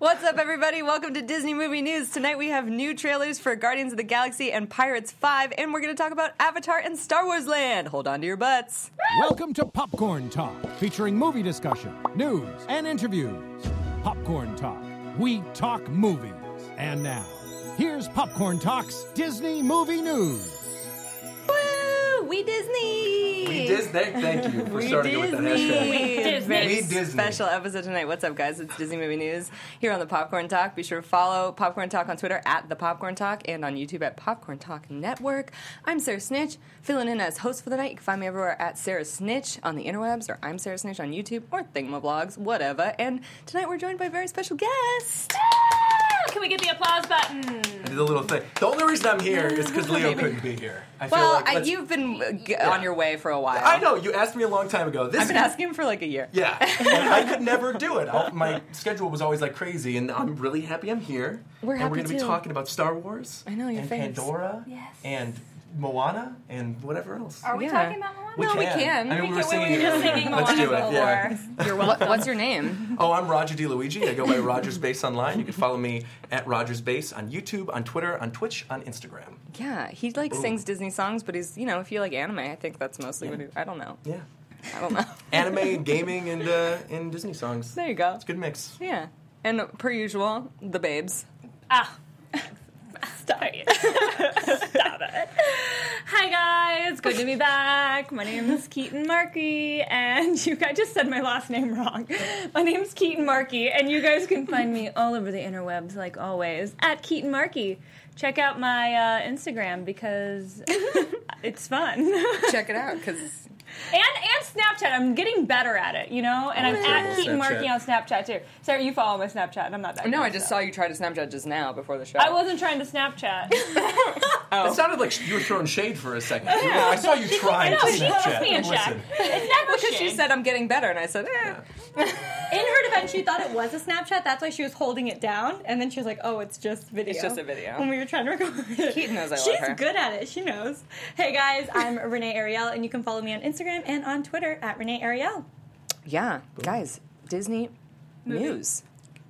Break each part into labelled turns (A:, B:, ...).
A: What's up, everybody? Welcome to Disney Movie News. Tonight we have new trailers for Guardians of the Galaxy and Pirates 5, and we're going to talk about Avatar and Star Wars Land. Hold on to your butts.
B: Welcome to Popcorn Talk, featuring movie discussion, news, and interviews. Popcorn Talk, we talk movies. And now, here's Popcorn Talk's Disney Movie News.
A: Woo! We Disney!
C: We Disney. Thank you for
A: We
C: starting it with that hashtag.
A: Disney.
C: We
A: Very
C: Disney.
A: special episode tonight. What's up, guys? It's Disney Movie News here on the Popcorn Talk. Be sure to follow Popcorn Talk on Twitter at the Popcorn Talk and on YouTube at Popcorn Talk Network. I'm Sarah Snitch, filling in as host for the night. You can find me everywhere at Sarah Snitch on the interwebs or I'm Sarah Snitch on YouTube or Thingamablogs, whatever. And tonight we're joined by a very special guest.
D: Can we get the applause button?
C: I did a little thing. The only reason I'm here is because Leo couldn't be here. I feel
A: Well,
C: like
A: I,
C: let's-
A: you've been uh, g- on your way for a while.
C: I know you asked me a long time ago. This
A: I've been asking him for like a year.
C: yeah, and I could never do it. I- my schedule was always like crazy, and I'm really happy I'm here.
A: We're
C: and
A: happy
C: we're gonna
A: too.
C: be talking about Star Wars.
A: I know, your
C: and
A: face.
C: Pandora.
D: Yes.
C: And Moana and whatever else.
D: Are we
A: Yeah.
D: talking about Moana?
C: We
A: No, we can.
C: I mean,
A: We
C: we, were
D: can- we
C: singing.
D: were
C: it.
D: just singing
C: Let's
D: Moana
C: do it. Yeah.
D: before.
A: You're welcome. What's your name?
C: Oh, I'm Roger DiLuigi. I go by Rogers Base online. You can follow me at Rogers Base on YouTube, on Twitter, on Twitch, on Instagram.
A: Yeah, he like sings Disney songs, but he's you know if you like anime, I think that's mostly what he. I don't know.
C: Yeah.
A: I don't know.
C: Anime and gaming and uh, and Disney songs.
A: there you go.
C: It's a good mix.
A: Yeah, and per usual, the babes.
D: Ah. Stop it. Stop it. Hi, guys. Good to be back. My name is Keaton Markey, and you guys just said my last name wrong. My name's Keaton Markey, and you guys can find me all over the interwebs, like always, at Keaton Markey. Check out my uh, Instagram because it's fun.
A: Check it out because
D: And and Snapchat. I'm getting better at it, you know? And I'm
C: Oh,
D: at
C: yeah.
D: Keaton
C: Snapchat.
D: Markey on Snapchat too. Sarah, you follow my Snapchat, and I'm not that
A: no,
D: good,
A: I just
D: so.
A: saw you try to Snapchat just now before the show.
D: I wasn't trying to Snapchat.
C: It sounded like you were throwing shade for a second. I saw you trying
D: no,
C: to
D: she keeps
C: Snapchat.
D: me in check.
C: Listen,
D: It's not what
A: because she said I'm getting better, and I said, eh.
E: In her defense, she thought it was a Snapchat. That's why she was holding it down, and then she was like, "Oh, it's just video."
A: It's just a video.
E: When we were trying to record it,
A: Keaton knows I love
E: She's
A: her.
E: good at it. She knows. Hey guys, I'm Renee Ariel, and you can follow me on Instagram and on Twitter at Renee Ariel.
A: yeah, guys, Disney news,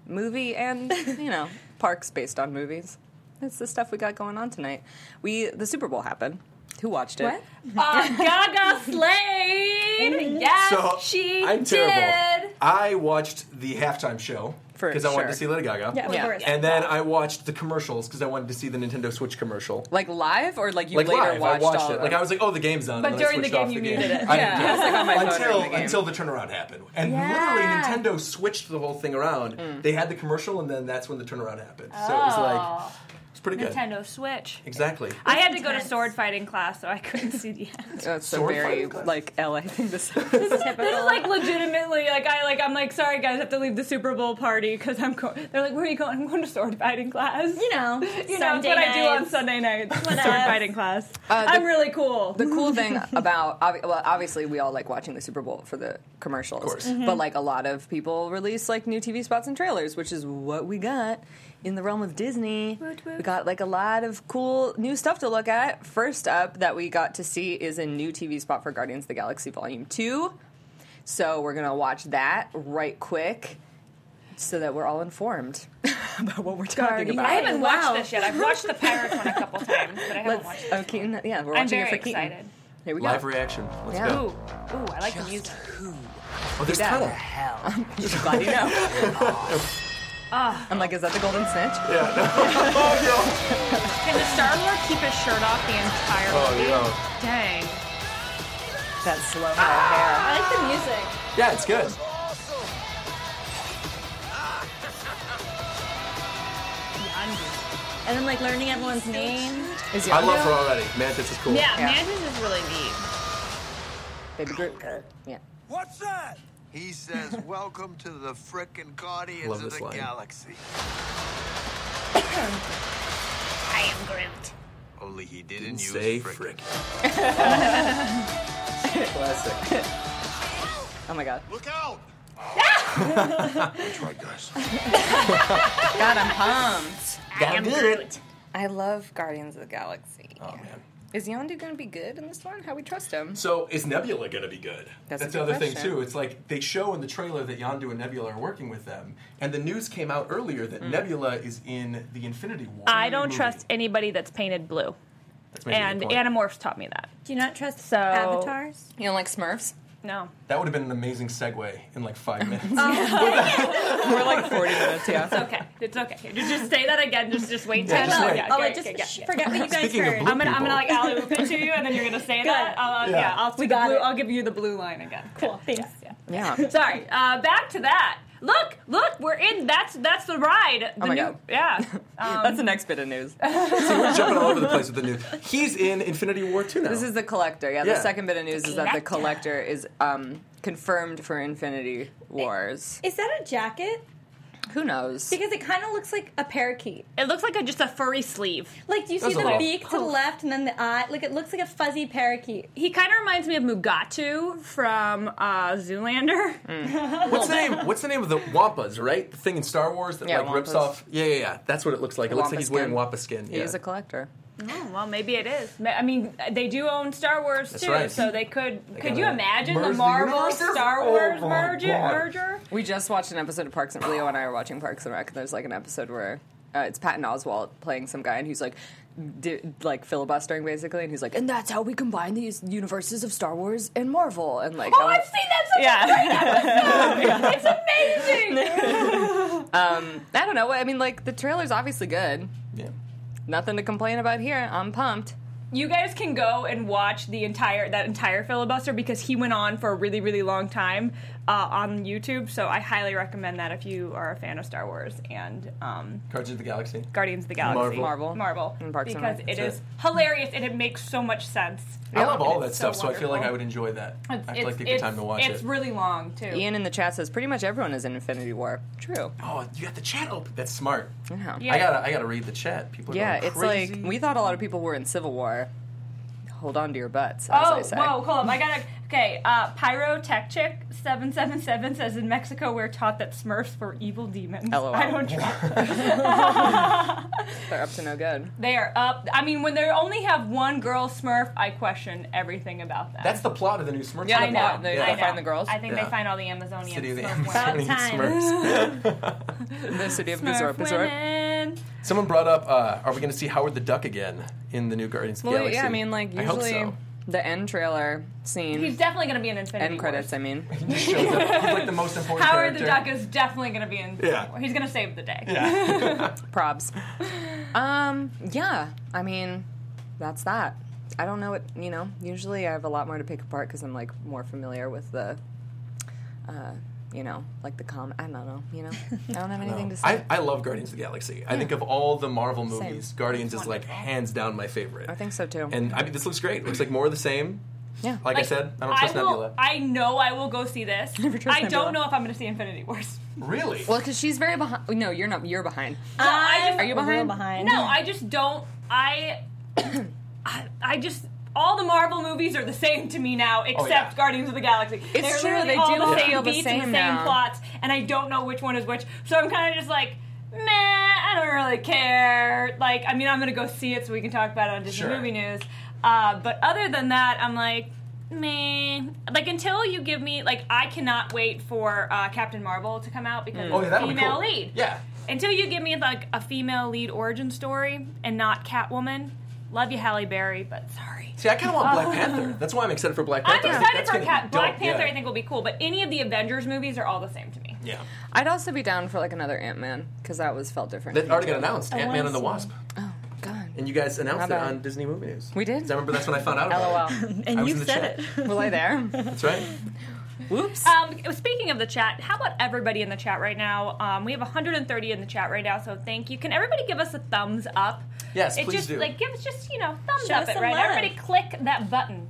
A: movie, and you know parks based on movies. That's the stuff we got going on tonight. We the Super Bowl happened. Who watched it?
E: What?
D: Uh, Gaga Slade. Yes,
C: So
D: she
C: I'm
D: did.
C: terrible. I watched the halftime show
A: For
C: because I wanted
A: sure.
C: to see Lady Gaga.
E: Yeah, of
A: Yeah.
E: course.
C: And then I watched the commercials because I wanted to see the Nintendo Switch commercial.
A: Like live or like you
C: Like
A: later
C: live,
A: watched,
C: I watched
A: all
C: it.
A: Of
C: Like
A: them?
C: I was like, oh, the game's on.
D: But
C: and
D: during
C: then I
D: the
C: switched
D: game, you
C: off the
D: needed it.
C: game. I-
A: yeah, I was like on my phone during
C: until
A: the game.
C: until the turnaround happened, and
D: Yeah.
C: literally Nintendo switched the whole thing around.
A: Mm.
C: They had the commercial, and then that's when the turnaround happened. So it was like it's pretty good.
D: Oh. Nintendo Switch.
C: Exactly.
D: I had to go to
E: intense.
D: sword fighting class, so I couldn't see the end.
A: That's a
C: Sword
A: very
C: fighting class.
A: like LA thing to say.
D: This is like legitimately like I like I'm like sorry guys I have to leave the Super Bowl party because I'm going. They're like where are you going? I'm going to sword fighting class.
E: You
D: You
E: know,
D: know, it's
E: Sunday
D: what I do on
E: nights.
D: Sunday nights. Sword
E: else?
D: fighting class.
A: Uh, the-
D: I'm really cool.
A: the cool thing about obvi- well, obviously we all like watching the Super Bowl for the commercials,
C: course. Mhm.
A: but like a lot of people release like new TV spots and trailers, which is what we got in the realm of Disney.
D: Woot woot.
A: We got like a lot of cool new stuff to look at. First up that we got to see is a new TV spot for Guardians of the Galaxy Volume Two. So we're gonna watch that right quick, so that we're all informed about what we're talking
D: I
A: about.
D: haven't
E: Wow.
D: watched this yet. I've watched the Pirates one a couple times, but I haven't watched it.
A: Oh, Keaton, yeah, we're
D: I'm
A: watching it
D: very
A: for Keaton.
D: excited.
A: Here we go.
C: Live reaction. Let's
A: Yeah.
D: Ooh,
C: go.
D: ooh, I like the music.
C: Oh, there's
A: Yeah.
C: tunnel.
A: Glad you know.
D: Ah.
A: I'm like, is that the golden snitch?
C: Oh,
D: Can the Star Lord keep his shirt off the entire
C: Oh,
D: movie?
C: yeah.
D: Dang.
A: That slow mo hair.
E: I like the music.
C: no. Yeah, it's good.
E: And then like learning everyone's name.
A: Is
C: I love
A: Yondu?
C: her already. Mantis is cool.
D: Yeah,
A: Yeah.
D: Mantis is really neat.
A: Baby Groot. Yeah.
F: What's that? He says, Welcome to the frickin' Guardians
C: Love
F: of
C: this
F: the
C: line.
F: Galaxy.
D: I am Groot.
F: Only he didn't,
C: Didn't
F: use
C: say
F: frickin'.
C: frick. Classic.
A: Oh my god.
F: Look out! That's right, guys.
A: God, I'm pumped.
C: Got
D: am
C: it.
D: Groot.
A: I love Guardians of the Galaxy.
C: Oh man.
A: Is Yondu going to be good in this one? How we trust him?
C: So is Nebula going to be good?
A: That's a
C: the
A: good
C: other thing
A: question.
C: too. It's like they show in the trailer that Yondu and Nebula are working with them, and the news came out earlier that
A: Mm.
C: Nebula is in the Infinity War.
E: I don't
C: movie.
E: trust anybody that's painted blue.
C: That's maybe a good
E: And
C: point.
E: Animorphs taught me that.
D: Do you not trust
E: So-
D: avatars?
A: You know, like Smurfs.
E: No.
C: that would have been an amazing segue in like five minutes.
A: We're like 40 minutes, yeah.
E: It's okay. It's okay. Just, just say that again. Just just wait.
C: Yeah,
E: till-
C: just
E: no,
C: wait.
E: yeah,
D: Oh,
E: yeah,
D: wait, just
E: yeah, yeah,
D: sh-
E: yeah.
D: forget what you guys
C: Speaking of
D: heard.
C: blue-
E: I'm gonna, I'm gonna like
C: people.
E: alley oop it to you, and then you're gonna say that. I'll, uh, yeah.
C: Yeah.
E: I'll
D: We
E: we
D: got
E: blue,
D: it.
E: I'll give you the blue line again.
D: Cool, thanks.
E: Yeah.
A: Yeah.
E: Sorry. Uh, back to that. Look, look, we're in. That's that's the ride.
C: Oh
E: The
A: my
E: new,
A: God.
E: Yeah. Um,
A: That's the next bit of news.
C: We're jumping all over the place with the news. He's in Infinity War too now.
A: This is the collector. Yeah, the
C: Yeah.
A: second bit of news is that the collector is um, confirmed for Infinity Wars.
D: Is that a jacket?
A: Who knows?
D: Because it kind of looks like a parakeet.
E: it looks like a, just a furry sleeve.
D: Like, do you see
C: There's a
D: the
C: little
D: beak to the
E: poof.
D: left and then the eye? Like, it looks like a fuzzy parakeet.
E: He kind of reminds me of Mugatu from uh, Zoolander.
C: What's the name? What's the name of the Wampas? Right, the thing in Star Wars that
A: Yeah,
C: like rips
A: Wampas.
C: off. Yeah, yeah, yeah. That's what it looks like. It looks
A: Wampa
C: like he's wearing
A: skin.
C: Wampa skin. Yeah.
A: He's a collector.
E: Oh, well, maybe it is. Ma- I mean, they do own Star Wars too,
C: right.
E: so they could. could
C: gotta
E: you imagine the
C: merge the
E: Marvel
C: universes?
E: Star
C: Oh
E: Wars
C: my
E: merger?
C: God.
E: merger?
A: We just watched an episode of Parks and Leo and I are watching Parks and Rec. And there's like an episode where uh, it's Patton Oswalt playing some guy, and he's like, di- like filibustering basically, and he's like, and that's how we combine these universes of Star Wars and Marvel, and like,
E: Oh, I've seen that. Such
A: yeah,
E: It's amazing.
A: I don't know. I mean, like the trailer's obviously good.
C: yeah.
A: Nothing to complain about here. I'm pumped.
E: you guys can go and watch the entire that entire filibuster because he went on for a really really long time uh, on YouTube. So I highly recommend that if you are a fan of Star Wars and um,
C: Guardians of the Galaxy.
E: Guardians of the Galaxy,
C: Marvel.
A: Marvel.
E: Marvel,
A: And Parks and
E: because
A: Rec.
E: it
C: That's
E: is
C: it.
E: hilarious and it makes so much sense.
C: I love all
E: And
C: that
E: it's
C: stuff, so I feel like
E: wonderful.
C: I would enjoy that. I feel
E: It's-
C: like a good time to watch
E: It's
C: it.
E: really long too.
A: Ian in the chat says pretty much everyone is in Infinity War. True.
C: Oh, you got the chat open. That's smart.
A: Yeah.
E: Yeah.
C: I gotta, I gotta read the chat. People are
A: Mm-hmm. Yeah,
C: going
A: it's
C: crazy.
A: like we thought a lot of people were in Civil War. Hold on to your butts, as I
E: Oh,
A: say.
E: whoa, hold up. I got to Okay, uh, Pyrotechchic 777 says in Mexico we're taught that Smurfs were evil demons.
A: LOL.
E: I don't trust.
A: They're up to no good.
E: they are up. I mean, when they only have one girl Smurf, I question everything about that.
C: That's the plot of the new Smurfs.
A: Yeah, I
E: I know.
A: They-
E: I
A: they
E: know.
A: find the girls?
E: I think
C: Yeah.
E: they find all the Amazonian
C: City of the
E: Smurf
C: Amazonian
D: time.
E: women.
C: Smurfs.
A: The city of
E: Smurf
A: Bizarre, Bizarre.
E: women.
C: Someone brought up, uh, are we gonna see Howard the Duck again in the new Guardians of the
A: Well,
C: Galaxy?
A: yeah, I mean, like
C: I hope
A: usually
C: so.
A: the end trailer scene,
E: He's definitely going to be in Infinity
A: end credits.
E: Wars.
A: I mean,
C: He just shows up. He's like the most important
E: Howard the
C: character.
E: Duck is definitely going to be in Infinity
C: Yeah.
E: War. He's going to save the day.
C: Yeah.
A: probs. um, yeah, I mean, that's that. I don't know what you know. Usually, I have a lot more to pick apart because I'm like more familiar with the, uh, you know, like the com. I don't know. You know, I don't have anything to say.
C: Oh, I, I love Guardians of the Galaxy. I think of all the Marvel movies,
A: Same.
C: Guardians is like hands down my favorite.
A: I think so too.
C: And I mean, this looks great. Looks like more of the same.
A: yeah.
C: Like, I said, I don't trust
E: will,
C: Nebula.
E: I know I will go see this.
A: Never trust
E: I
A: Nebula.
E: don't know if I'm going to see Infinity Wars.
C: Really?
A: Well, because she's very behind. No, you're not. You're behind.
E: I just-
A: Are you behind?
D: Real behind.
E: No, I just don't. I, I, I just all the Marvel movies are the same to me now, except
C: Oh, yeah.
E: Guardians of the Galaxy.
A: It's
E: They're
A: true,
E: literally
A: they
E: all
A: do
E: the
A: feel
E: same
A: the
E: beats
A: same
E: and the same
A: now.
E: plots, and I don't know which one is which. So I'm kind of just like, meh, I don't really care. Like, I mean, I'm gonna go see it so we can talk about it on Disney
C: Sure.
E: Movie News. Uh, but other than that, I'm like. Meh. Like until you give me like I cannot wait for uh, Captain Marvel to come out because
C: oh, yeah, that'll be
E: female
C: cool.
E: lead.
C: Yeah.
E: Until you give me like a female lead origin story and not Catwoman. Love you, Halle Berry, but sorry.
C: See, I kind of want Black Panther. That's why I'm excited for Black
E: Oh. I'm
C: Panther.
E: excited
C: That's
E: for
C: gonna be
E: Cat.
C: dope.
E: Black Panther,
C: Yeah.
E: I think, will be cool, but any of the Avengers movies are all the same to me.
C: Yeah.
A: I'd also be down for like another Ant Man because that was felt different.
C: That
A: to me,
C: already got
A: too.
C: announced. Ant Man and the Wasp.
A: God.
C: And you guys announced it
A: bad.
C: on Disney Movie News.
A: We did?
C: I remember that's when I found out about it.
A: LOL.
C: I
D: and
C: was
D: you
C: in the
D: said it.
A: Will I there?
C: That's right.
A: Whoops.
E: Um, speaking of the chat, how about everybody in the chat right now? Um, we have 130 in the chat right now, so thank you. Can everybody give us a thumbs up?
C: Yes,
E: it
C: please
E: just,
C: do.
E: Like, give us just you know thumbs
D: Show
E: up
D: us
E: it
D: some
E: right.
D: love.
E: Everybody click that button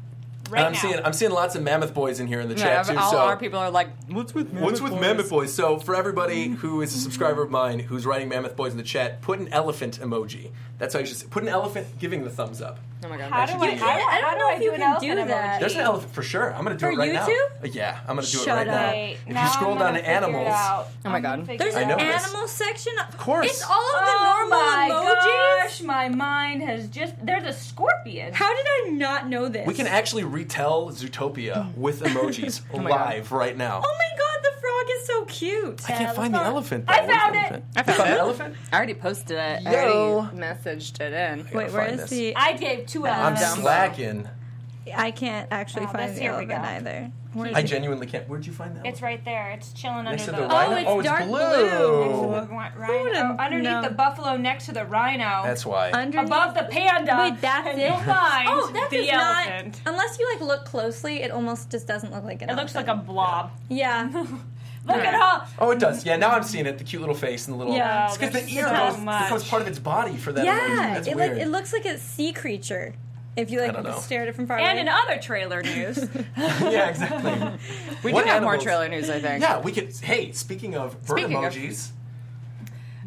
E: right
C: And I'm
E: now.
C: seeing I'm seeing lots of mammoth boys in here in the
A: yeah,
C: chat too.
A: all
C: so
A: our people are like, what's with mammoth
C: What's with
A: boys?
C: Mammoth Boys? So, for everybody who is a subscriber of mine who's writing Mammoth Boys in the chat, put an elephant emoji. That's how you should say. Put an elephant giving the thumbs up.
A: Oh my god.
E: How
A: I
E: do
A: should
E: I?
A: do
E: How,
A: that.
E: how do I do an elephant emoji?
C: There's an elephant for sure. I'm gonna do
D: For
C: it right
D: YouTube?
C: now. Uh, Yeah, I'm gonna do
D: Shut
C: it right now.
D: up.
E: Wait,
C: If
E: now
C: you scroll
E: I'm
C: down
E: gonna
C: to
E: figure it
C: animals,
E: out.
A: Oh my
E: I'm gonna
A: God.
E: figure
D: There's
E: it
C: I
D: an
C: know
E: out.
C: this.
D: animal section. Of
C: course.
D: It's all of the
E: Oh
D: normal
E: my
D: emojis.
E: gosh, my mind has just. There's a scorpion.
D: How did I not know this?
C: we can actually retell Zootopia
E: Hmm.
C: with emojis
E: Oh
C: live right now.
D: Oh my god, the frog is so cute.
C: I can't find the elephant. Though.
E: I
C: Where's the
E: found it.
C: elephant?
A: I found
C: you found
A: it.
C: the elephant.
A: I already posted it. I
C: Yo.
A: already messaged it in.
C: Wait,
D: Where is the? I,
E: I gave two
C: I'm
E: elephants.
A: dumb.
C: slacking.
D: I can't actually
E: Oh,
D: find
E: this-
D: the
E: here we
D: elephant
E: go.
D: either.
C: I genuinely can't. Where'd you find that?
E: It's
C: one?
E: right there. It's chilling
C: Next
E: under
C: to the
E: the.
C: rhino.
E: Oh,
C: oh, it's
D: dark
C: blue.
E: it's the ri- rhino.
D: would've
E: Underneath
D: known?
E: the buffalo, next to the rhino.
C: That's why.
D: Underneath-
E: above the panda.
D: Wait, that's
E: and
D: it?
E: You'll find
D: Oh, that
E: the
D: does
E: elephant.
D: not. Unless you like look closely, it almost just doesn't look like an.
E: It looks like
D: elephant.
E: a blob.
D: Yeah.
E: Look at all.
C: oh, it does. Yeah, now I'm seeing it. The cute little face and the little.
D: Yeah,
C: it's because the
E: there's
C: ear
E: Oh, so
C: goes,
E: much.
C: becomes part of its body for that. emoji.
D: yeah.
C: That's
D: It like
C: weird.
D: it looks like a sea creature. If you like
C: don't know.
D: stare at it from far
E: And
D: away.
E: in other trailer news,
C: yeah, exactly.
A: We
C: What
A: do have more
C: animals-
A: trailer news, I think.
C: Yeah, we could. Hey, speaking of bird
A: Speaking of-
C: emojis.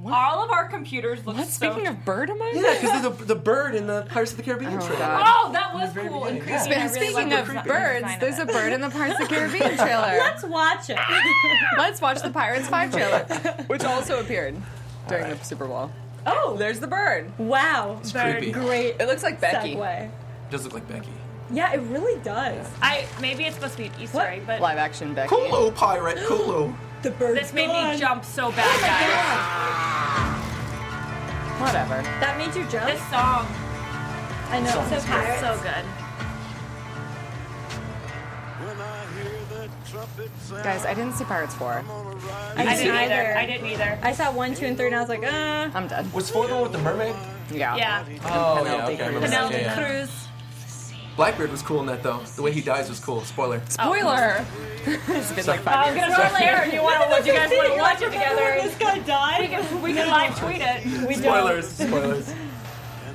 E: all of our computers look
A: What?
E: so.
A: Speaking of bird emojis?
C: yeah, because the, the bird in the Pirates of the Caribbean
A: Oh,
C: trailer.
A: God.
E: Oh, that was
C: very
E: cool and
C: beginning,
E: creepy.
C: yeah.
E: and I really
A: Speaking
E: liked
A: of
E: the design
A: birds,
E: of
A: there's
E: it.
A: a bird in the Pirates of the Caribbean trailer.
D: Let's watch it.
A: Let's watch the Pirates 5 trailer, which also appeared during the Super Bowl.
D: oh.
A: There's the bird.
D: Wow.
C: Very creepy.
D: Great
A: It looks like Becky.
D: segue.
C: does look like Becky.
D: Yeah, it really does.
E: I maybe it's supposed to be an Easter
D: What?
E: egg, but
A: Live action Becky.
C: Kulu pirate, Kulu.
D: The bird.
E: this made me jump so bad, guys.
A: Whatever.
D: That made you jump.
E: This song
D: I know. So
E: is so good.
G: When I hear the trumpet sound,
A: Guys, I didn't see Pirates 4.
G: I'm gonna ride
D: I
E: I
D: didn't
E: didn't
D: either.
E: either. I didn't either.
D: I saw one, two, and three, and I was like, uh.
A: I'm done.
C: Was four the one with the mermaid?
A: Yeah.
E: Yeah.
C: Oh, yeah,
A: Penelope
C: okay. I
A: Cruz.
C: remember that.
E: Penelope
C: Yeah, yeah.
E: Cruz.
C: Blackbeard was cool in that, though. The way he dies was cool. Spoiler.
A: Spoiler. it's been like
E: Uh,
A: five
E: I'm
A: years.
E: gonna throw it later. Do you want to? Would you guys want to watch it
D: This
E: together?
D: guy
E: We
D: died.
E: can, we can live tweet it. We
C: Spoilers. Spoilers.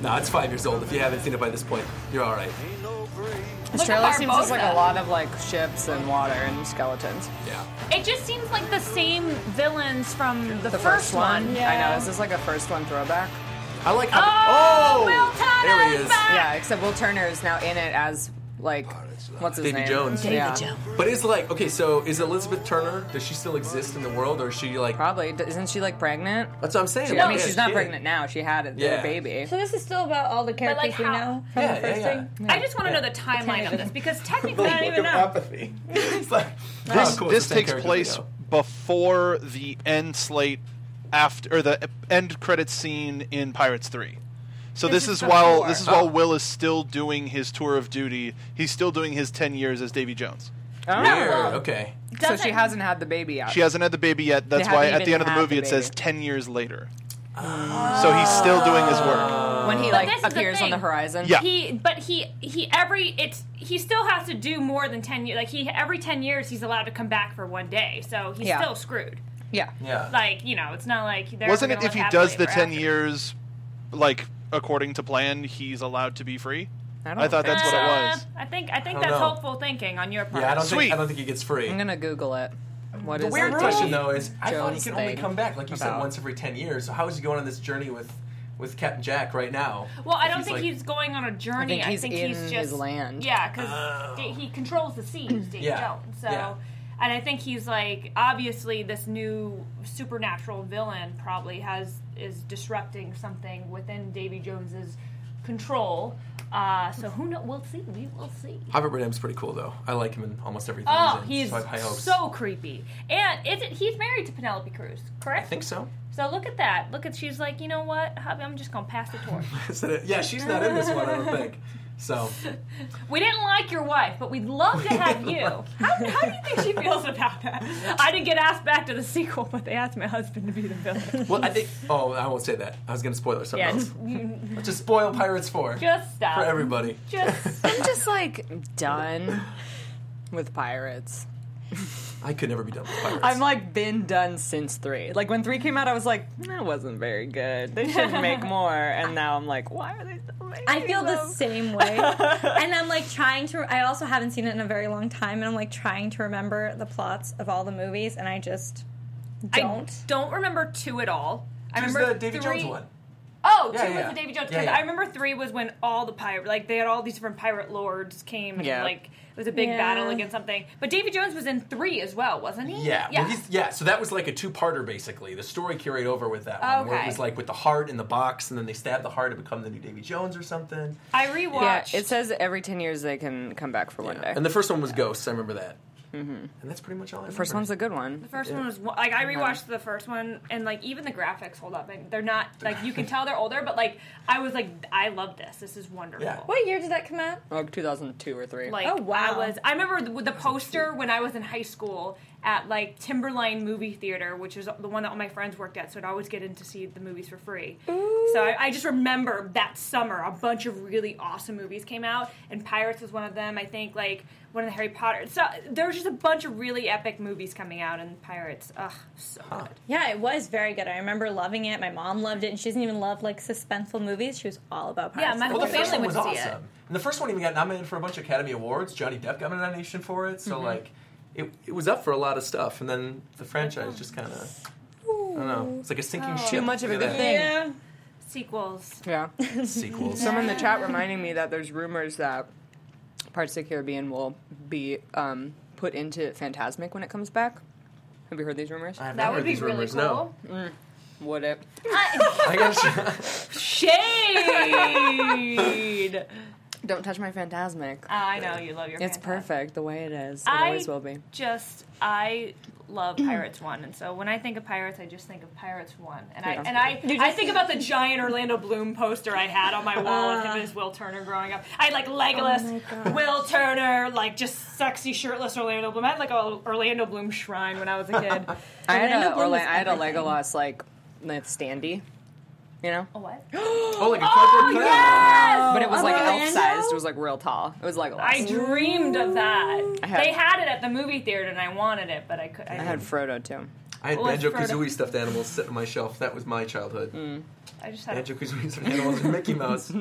C: no, it's five years old. If you haven't seen it by this point, you're all right.
G: no breeze.
A: This trailer
E: Look at
A: seems just like a
E: Barbosa.
A: lot of like ships and water and skeletons.
C: Yeah.
E: It just seems like the same villains from the,
A: The first, one. I
E: Yeah.
A: know. Is this like a first one throwback?
C: I like how.
E: Oh, Will Turner's
C: there he is.
E: back.
A: Yeah, except Will Turner is now in it as like what's his
C: Davy
A: name?
C: Jones. Davy
A: yeah.
C: But it's like, okay, so is Elizabeth Turner? Does she still exist in the world, or is she like?
A: Probably D- isn't she like pregnant?
C: That's what I'm saying.
A: She- I
C: like,
A: mean,
C: yeah,
A: she's not
C: she-
A: pregnant now. She had a
C: Yeah.
A: baby.
D: So this is still about all the characters
E: like,
D: we
E: how-
D: know from
C: Yeah,
D: the first
C: yeah, yeah.
D: thing.
E: I just want to know the timeline of this because technically, I don't even know.
C: apathy. It's like,
F: This,
C: oh, cool, it's
F: this
C: the same
F: takes
C: character
F: place
C: we know.
F: before the end slate after or the end credit scene in Pirates 3. So this, is, while this is
A: before.
F: while Will is still doing his tour of duty. He's still doing his 10 years as Davy Jones.
A: Oh.
C: Weird. Okay.
A: So
E: Doesn't-
A: she hasn't had the baby yet.
F: She hasn't had the baby yet. That's
A: haven't
F: why at
A: even
F: the end of the
A: had
F: movie
A: the
F: it says
A: baby.
F: 10 years later. So he's still doing his work.
A: when he like
E: But this is the
A: appears on the
E: thing.
A: horizon.
F: Yeah.
E: He, but he, he every it's he still has to do more than ten years. Like he every ten years he's allowed to come back for one day, so he's
A: Yeah.
E: still screwed.
A: Yeah.
C: Yeah.
E: Like you know, it's not like they're
F: Wasn't
E: ever
F: it
E: gonna
F: if he
E: live
F: does the
E: happily
F: 10
E: ever after.
F: years like according to plan, he's allowed to be free?
A: I don't
F: I thought
A: know.
F: that's what it was.
E: Uh, I think I think
C: I don't
E: that's
C: know.
E: helpful thinking on your part.
C: Yeah. I don't think.
F: Sweet.
C: I don't think he gets free.
A: I'm gonna Google it. What is
C: The weird
A: it?
C: question though is, I thought he
A: Jones
C: could only
A: thing
C: come back, like you said,
A: about-
C: once every ten years. So how is he going on this journey with, with Captain Jack right now?
E: well, I
C: If
E: don't think
C: like-
E: he's going on a journey.
A: think
E: I
A: he's
E: think
A: in
E: he's
A: his
E: just
A: land.
E: Yeah, because he controls the seas, Davy
C: Oh. Yeah.
E: Jones. So,
C: Yeah.
E: and I think he's like obviously this new supernatural villain probably has is disrupting something within Davy Jones's control. Uh, so who know? We'll see. We will see.
C: Robert Redham's pretty cool though. I like him in almost everything.
E: Oh,
C: in,
E: he's
C: so I have high hopes.
E: so creepy. And is it? He's married to Penelope Cruz, correct?
C: I think so.
E: So look at that. Look at she's like, you know what? hubby, I'm just gonna pass the torch.
C: Is that it? Yeah, she's not in this one. I don't think. So
E: we didn't like your wife, but we'd love to have you. How, how do you think she feels about that? I didn't get asked back to the sequel, but they asked my husband to be the villain.
C: well, I think. Oh, I won't say that. I was gonna spoil something
E: Yeah,
C: else.
E: you-
C: Let's just spoil Pirates Four
E: just stop.
C: for everybody.
E: Just
A: I'm just like done with pirates.
C: I could never be done with Pirates.
A: I'm like been done since three. Like when three came out, I was like, that wasn't very good. They should make more. And now I'm like, why are they still making
D: I feel the
A: them?
D: same way. and I'm like trying to. I also haven't seen it in a very long time, and I'm like trying to remember the plots of all the movies, and I just
E: I
D: don't.
E: don't remember two at all. I
C: Who's
E: remember
C: the Davy
E: three-
C: Jones one?
E: Oh, two
C: Yeah, yeah,
E: was the
C: yeah.
E: Davy Jones.
C: Yeah,
E: 'cause
C: yeah.
E: I remember three was when all the pirate, like they had all these different pirate lords came and
A: Yeah.
E: like it was a big
D: Yeah.
E: battle against something. But Davy Jones was in three as well, wasn't he?
C: Yeah,
E: yeah.
C: Well, he's, yeah. So that was like a two-parter, basically. The story carried over with that one, where it
E: Okay.
C: was like with the heart in the box, and then they stabbed the heart to become the new Davy Jones or something.
E: I
A: Yeah,
E: rewatched.
A: it says every 10 years they can come back for one day.
C: And the first one was Ghosts. I remember that. Mm-hmm. And that's pretty much all. I remember.
A: First one's a good one.
E: the first one was like I rewatched the first one and like even the graphics hold up. and They're not like you can tell they're older, but like I was like I love this. This is wonderful.
C: Yeah.
D: What year did that come out?
A: Like 2002 or 3.
E: Like,
D: Oh, wow.
E: I was. I remember the, the poster when I was in high school at like Timberline Movie Theater, which was the one that all my friends worked at, so I'd always get in to see the movies for free. So I, I just remember that summer a bunch of really awesome movies came out, and Pirates was one of them. I think like one of the Harry Potter. So there was just a bunch of really epic movies coming out, and Pirates, ugh, so good.
D: Yeah, it was very good. I remember loving it. My mom loved it, and she doesn't even love like suspenseful movies. She was all about
E: Yeah,
D: Pirates.
E: my
C: Well,
E: whole
C: the first
E: family
C: one
E: went
C: was
E: to
C: awesome.
E: see it.
C: And the first one even got nominated for a bunch of Academy Awards. Johnny Depp got a nomination for it. So
E: Mm-hmm.
C: like, it, it was up for a lot of stuff. And then the
E: Mm.
C: franchise just kind of. I don't know. It's like a sinking
E: Oh.
C: ship.
A: Too much of a
C: Look at
A: good
C: that.
A: thing.
D: yeah.
E: Sequels.
A: Yeah.
C: Sequels.
A: Someone in the chat reminding me that there's rumors that Parts of the Caribbean will be um, put into Fantasmic when it comes back. Have you heard these rumors?
C: I have
E: That
C: not
E: would
C: heard
E: be
C: these
E: really
C: rumors.
E: cool.
C: No.
A: Would it?
C: I gotta-
E: Shade.
A: Don't touch my Fantasmic.
E: I know you love your.
A: It's
E: fantasy.
A: perfect the way it is. It
E: I
A: always will be.
E: Just I love Pirates One, and so when I think of pirates, I just think of Pirates One, and I
A: Yeah.
E: and I I think about the giant Orlando Bloom poster I had on my wall of him
A: Uh.
E: and his Will Turner growing up. I had like
A: Oh
E: Legolas, Will Turner, like just sexy shirtless Orlando Bloom. I had like a Orlando Bloom shrine when I was a kid.
A: I had
D: Orlando
A: a,
D: Bloom
A: Orla-
D: is
A: I had a
D: everything.
A: Legolas like like, standy, you know,
E: a what?
C: oh, like a cardboard cutout.
A: but it was like
D: Orlando?
A: elf sized. It was like real tall. It was Legolas.
E: I
A: I,
E: dreamed of that.
A: had-
E: they had it at the movie theater, and I wanted it, but I could. I,
A: had Frodo too.
C: I had
E: Well, it's
C: Banjo
E: Frodo.
C: Kazooie stuffed animals sitting on my shelf. That was my childhood.
E: Mm. I just had.
C: Banjo Kazooie stuffed animals and Mickey Mouse.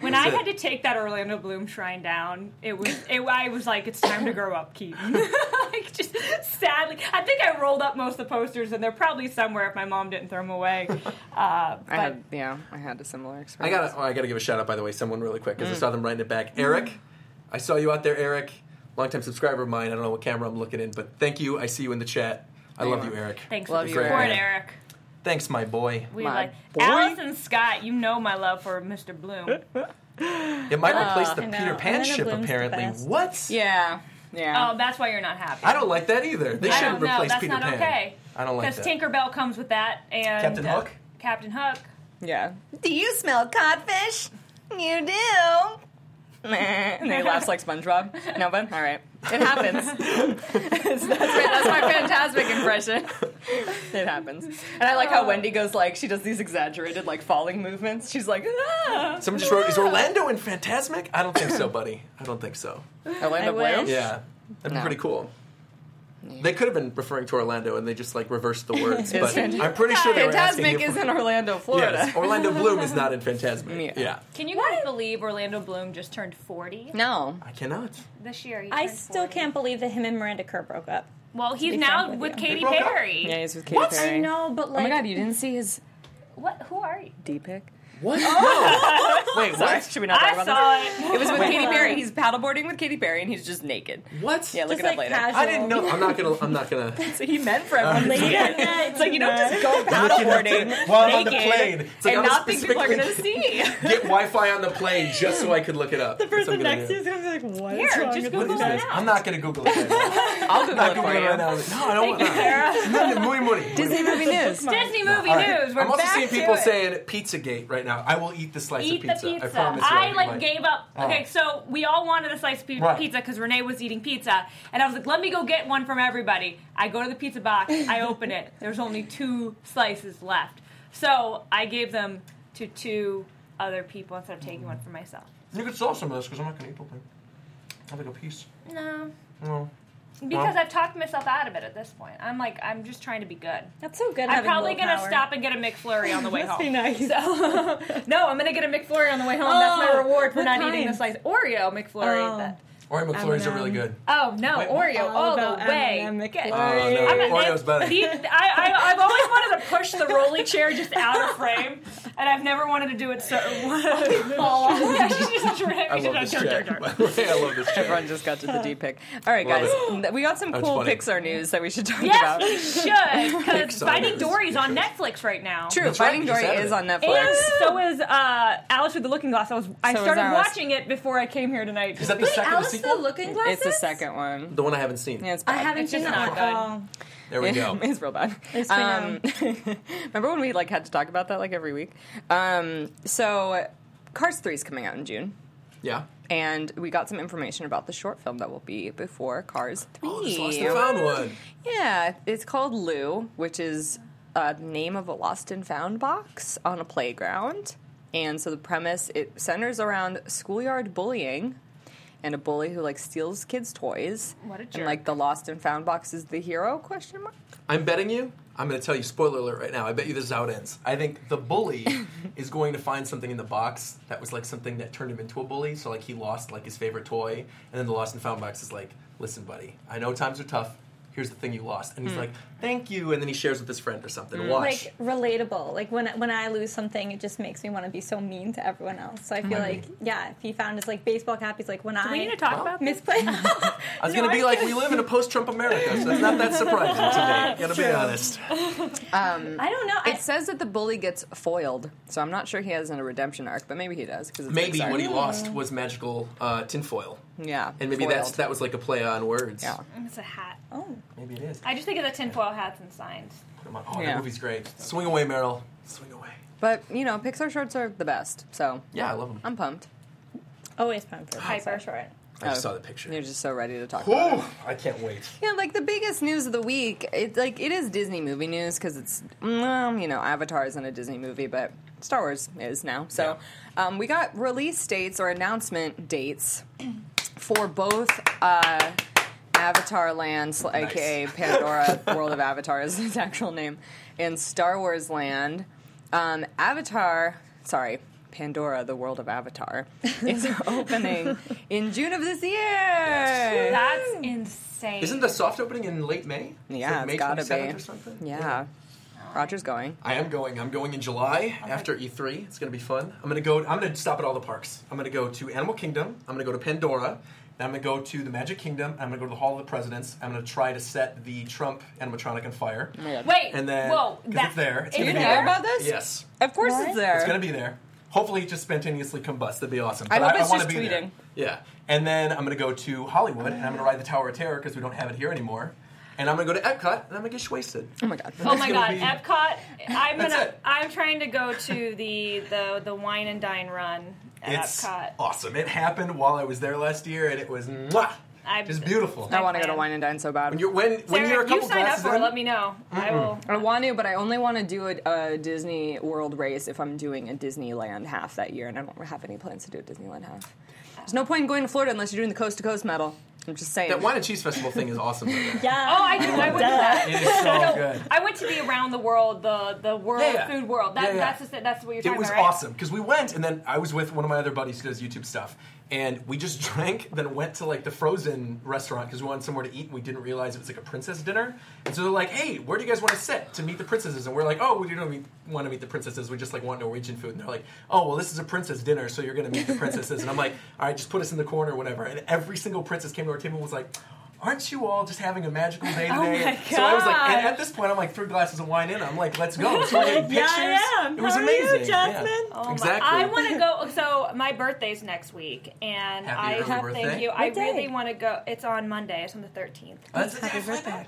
E: When I had to take that Orlando Bloom shrine down, it was it, I was like, it's time to grow up, Keaton. like just sadly, I think I rolled up most of the posters, and they're probably somewhere if my mom didn't throw them away. Uh,
A: I
E: but
A: had yeah, I had a similar
C: I
A: experience.
C: gotta, oh, I gotta give a shout out, by the way, someone really quick because I saw them writing it back. Eric, I saw you out there, Eric, longtime subscriber of mine. I don't know what camera I'm looking in, but thank you. I see you in the chat. I love
A: you.
C: you, Eric.
E: thanks
A: Love
E: for
A: you,
E: the support,
C: Eric.
E: Eric.
C: Thanks, my boy.
E: We
A: My
E: like
A: boy.
E: Allison Scott. You know my love for Mr. Bloom.
C: It might replace the
D: I know.
C: Peter Pan
D: Orlando
C: ship,
D: Bloom's the
C: apparently.
D: best.
C: What?
A: yeah, yeah.
E: Oh, that's why you're not happy.
C: I don't like that either. They
E: I
C: shouldn't
E: don't know.
C: replace
E: That's
C: Peter
E: not
C: Pan.
E: okay.
C: I don't like
E: Because
C: that.
E: Tinkerbell comes with that, and
C: Captain
E: uh,
C: Hook?
E: Captain Hook.
A: Yeah. Do you smell codfish? You do. and he laughs like SpongeBob. No, but all right, it happens. that's, my, that's my fantastic impression. It happens, and I like how Wendy goes like she does these exaggerated like falling movements. She's like, ah.
C: Someone just wrote, "Is Orlando in Fantasmic?" I don't think so, buddy. I don't think so.
A: Orlando
D: I
A: Bloom.
D: wish.
C: Yeah, that'd be
A: No.
C: pretty cool. They could have been referring to Orlando, and they just like reversed the
A: It's
C: words. but
A: fantastic.
C: I'm pretty sure they were asking
A: Fantasmic
C: you
A: is
C: for-
A: in Orlando, Florida.
C: Yes, Orlando Bloom is not in Fantasmic.
A: Yeah.
C: Yeah.
E: Can you guys believe Orlando Bloom just turned 40
A: No,
C: I cannot.
E: this year? He
D: I
E: turned
D: still
E: 40.
D: can't believe that him and Miranda Kerr broke up.
E: Well, he's
D: be
E: now
D: frank with
E: with
D: you.
E: Katy
C: They broke up?
E: Perry.
A: yeah, he's with Katy Perry.
D: I know, but
A: Oh
D: like,
A: my god, you didn't see his
E: What? Who are you?
A: D pic?
C: What? No. Wait,
A: Sorry,
C: what?
A: should we not talk about this?
E: saw
A: It was with Katy Perry. He's paddleboarding with Katy Perry, and he's just naked.
C: What?
A: Yeah, look it
D: Just,
A: up
D: like,
A: later.
D: casual.
C: I didn't know. I'm not gonna. I'm not gonna.
A: So he meant for everyone to see it. It's like you don't just go
C: Looking up
A: paddleboarding
C: to- while I'm on the
A: naked
C: plane. It's like
A: and
C: I was
A: not think people are going to see.
C: Get Wi-Fi on the plane just so I could look it up. The
D: person next to you is gonna be like, what? is wrong
E: just
D: with
E: Google
D: these
E: it
D: guys?
E: now.
C: I'm not gonna Google it. Right now.
A: I'll Google
C: I'm
A: it
C: not
A: for
C: Googling it right
A: you.
C: now. No, I don't want to. No, no, muy, muy.
A: Disney movie news.
E: Disney movie
C: All right.
E: news. We're
C: I'm also
E: back
C: seeing
E: to
C: people
E: it.
C: saying Pizzagate right now. I will eat the slice
E: Eat
C: of pizza.
E: the pizza.
C: I promise you.
E: I
C: I'll eat
E: like
C: mine.
E: gave up.
C: Oh.
E: Okay, so we all wanted a slice of pi-
C: Right.
E: pizza because Renee was eating pizza, and I was like, "Let me go get one from everybody." I go to the pizza box. I open it. There's only two slices left, so I gave them to two other people instead of taking one for myself.
C: You could sell some of this because I'm not gonna eat the whole thing. I'll take a piece. Mm.
E: No,
C: No.
E: because
C: Well.
E: I've talked myself out of it at this point. I'm like, I'm just trying to be good.
D: That's so good.
E: I'm
D: having
E: probably gonna
D: willpower.
E: stop and get a McFlurry on the way
D: Must
E: home.
D: be nice.
E: no, I'm gonna get a McFlurry on the way home. That's my
D: Oh,
E: reward for
D: what
E: not
D: kind?
E: eating the slice Oreo McFlurry.
D: Oh.
E: that-
C: Oreo McFlurries are really
D: M&M.
C: good.
E: Oh no,
C: Wait, what?
E: Oreo all,
H: about
E: the way.
H: M&M
E: Get-
C: Oh, no,
E: I'm a-
C: Oreo's better.
E: The- I, I, I've always wanted to push the rolly chair just out of frame, and I've never wanted to do it so.
D: Oh,
E: Yeah, she's just right-
C: I love this check. By the way, I love this
A: Everyone
C: check.
A: just got to the D pick. All right,
C: Love
A: guys, N- we got some
C: That's
A: cool
C: funny.
A: Pixar news that we should talk
E: Yes,
A: about.
E: we should. Because
C: Pixar
E: Finding
C: is
E: Dory's on Netflix right now.
A: True,
C: That's right,
A: Finding
C: you
A: Dory
C: said
A: is
C: it.
A: on Netflix.
E: And so is uh, Alice with the Looking Glass. I was I
A: So is
E: started
A: Alice.
E: watching it before I came here tonight.
C: Is that the second
D: Alice
C: sequel?
D: the Looking Glass.
A: It's the second one.
C: the one I haven't seen.
A: Yeah, it's
D: I
A: bad.
D: haven't
E: It's
D: seen
E: just
D: that.
E: not good.
D: one. Oh.
C: There we go.
A: it's real bad.
D: It's pretty
A: um, remember when we like had to talk about that like every week? Um, so, Cars Three is coming out in June,
C: Yeah.
A: and we got some information about the short film that will be before Cars Three.
C: Oh, just lost and found one.
A: Yeah, it's called Lou, which is a name of a lost and found box on a playground. And so the premise it centers around schoolyard bullying and a bully who like steals kids' toys.
E: What a
A: And
E: jerk.
A: like the lost and found box is the hero question mark.
C: I'm betting you. I'm going to tell you spoiler alert right now. I bet you this is how it ends. I think the bully is going to find something in the box that was like something that turned him into a bully. So like he lost like his favorite toy, and then the lost and found box is like, listen, buddy, I know times are tough. Here's the thing you lost, and he's like, thank you, and then he shares with his friend or something. Watch.
D: Like relatable. Like when when I lose something, it just makes me want to be so mean to everyone else. So I feel like yeah, if he found his like baseball cap, he's like when I
E: We need to talk about this.
D: misplay.
C: I was going to be like, we live in a post-Trump America, so it's not that surprising to me. Gotta be honest.
D: I don't know.
A: It says that the bully gets foiled, so I'm not sure he has a redemption arc, but maybe he does because
C: Maybe what he lost was magical uh, tinfoil,
A: yeah,
C: and maybe that's
A: foiled.
C: that was like a play on words.
A: Yeah.
E: It's a hat.
D: I, oh,
C: Maybe it is.
E: I just think of the tinfoil hats and signs.
C: Come on. Oh,
A: Yeah.
C: that movie's great. Swing away, Meryl. Swing away.
A: But you know, Pixar shorts are the best, so
C: Yeah, I love them.
A: I'm pumped.
D: always fun for
E: Hyper.
D: Hyper short.
C: I just
A: Oh.
C: saw the picture.
A: You're just so ready to talk. about it.
C: Oh, I can't wait.
A: Yeah, like the biggest news of the week, it like it is Disney movie news because it's mm, you know Avatar isn't a Disney movie, but Star Wars is now. So um, we got release dates or announcement dates for both uh, Avatar Land, sl-
C: Nice.
A: aka Pandora World of Avatar is its actual name, and Star Wars Land. Um, Avatar, sorry, Pandora, the World of Avatar, is opening in June of this year.
E: That's insane.
C: Isn't the soft opening in late May? It's
A: Yeah,
C: like May
A: it's gotta
C: 27th
A: be.
C: or something.
A: Yeah. Roger's going.
C: I am going. I'm going in July after E3. It's going to be fun. I'm going to go. I'm going to stop at all the parks. I'm going to go to Animal Kingdom. I'm going to go to Pandora. Then I'm going to go to the Magic Kingdom. I'm going to go to the Hall of the Presidents. I'm going to try to set the Trump animatronic on fire.
E: Wait.
C: And then,
E: whoa.
C: 'cause
E: that-
C: it's there. It's
E: is
C: gonna
E: it
C: be
A: Hear
C: there.
A: about this?
C: Yes,
A: Of course it's there.
C: it's going to be there. Hopefully, it just spontaneously combusts. That'd be awesome.
A: I
C: But
A: hope it's
C: wanna
A: just
C: be there.
A: tweeting.
C: Yeah, and then I'm going to go to Hollywood and I'm going to ride the Tower of Terror because we don't have it here anymore. And I'm going to go to Epcot and I'm going to get wasted.
A: oh my god.
E: Oh my
C: It's
E: god,
C: gonna be-
E: Epcot! I'm
C: That's
E: gonna.
C: it.
E: I'm trying to go to the the the wine and dine run at
C: It's
E: Epcot.
C: awesome. It happened while I was there last year, and it was mwah,
E: I-
C: just beautiful.
A: I
E: I
A: want to go to
E: plan.
A: wine and dine so bad.
C: When you're when when
E: Sarah,
C: you're a
E: if
C: couple
E: you sign up
C: glasses
E: for it,
C: in,
E: let me know. I will.
A: I want to, but I only want to do a, a Disney World race if I'm doing a Disneyland half that year, and I don't have any plans to do a Disneyland half. There's no point in going to Florida unless you're doing the coast to coast medal. I'm just saying.
C: that wine and cheese festival thing is awesome. though.
D: Yeah.
E: Oh, I do. I went to that.
C: It is so good.
E: I went to the around the world, the the world
C: Yeah, yeah.
E: food world. That,
C: Yeah, yeah.
E: That's the, that's what you're talking
C: It was
E: about. right?
C: awesome because we went, and then I was with one of my other buddies who does YouTube stuff, and we just drank, then went to like the frozen restaurant because we wanted somewhere to eat. and We didn't realize it was like a princess dinner, and so they're like, "Hey, where do you guys want to sit to meet the princesses?" And we're like, "Oh, we don't want to meet the princesses. We just like want Norwegian food." And they're like, "Oh, well, this is a princess dinner, so you're gonna meet the princesses." and I'm like, "All right, just put us in the corner, or whatever." And every single princess came to our table and was like. Aren't you all just having a magical day today?
E: Oh my
C: So I was like, and
E: gosh.
C: at this point, I'm like three glasses of wine in. I'm like, let's go. So we had pictures. It was
D: How are you,
C: amazing. yeah.
D: Jasmine?
E: Oh my-
C: exactly.
E: I want to go. So my birthday's next week, and
C: Happy
E: I
C: early
E: have
C: birthday.
E: thank you. I
D: What day?
E: really want to go. It's on Monday. It's on the thirteenth.
C: That's happy birthday.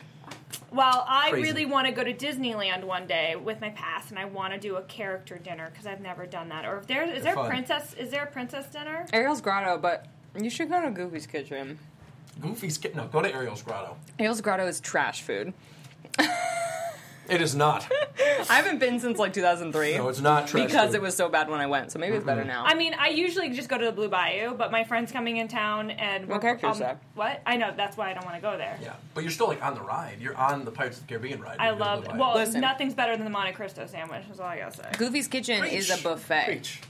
E: Well, I
C: Crazy.
E: really want to go to Disneyland one day with my pass, and I want to do a character dinner because I've never done that. Or if there is there
C: fun.
E: princess is there a princess dinner?
A: Ariel's Grotto, but you should go to Goofy's Kitchen.
C: Goofy's ki- no. Go to Ariel's Grotto.
A: Ariel's Grotto is trash food.
C: It is not.
A: I haven't been since like 2003
C: No, it's not trash
A: because
C: food. Mm-hmm.
A: it was so bad when I went, so maybe it's better now.
E: I mean, I usually just go to the Blue Bayou, but my friend's coming in town, and we're
A: character is that?
E: What I know that's why I don't want to go there.
C: Yeah, but you're still like on the ride. You're on the Pirates of the Caribbean ride.
E: I
C: You're gonna
E: love
C: go by.
E: well,
A: Listen.
E: nothing's better than the Monte Cristo sandwich. Is all I gotta say.
A: Goofy's Kitchen is a
C: Preach.
A: buffet.
C: Preach.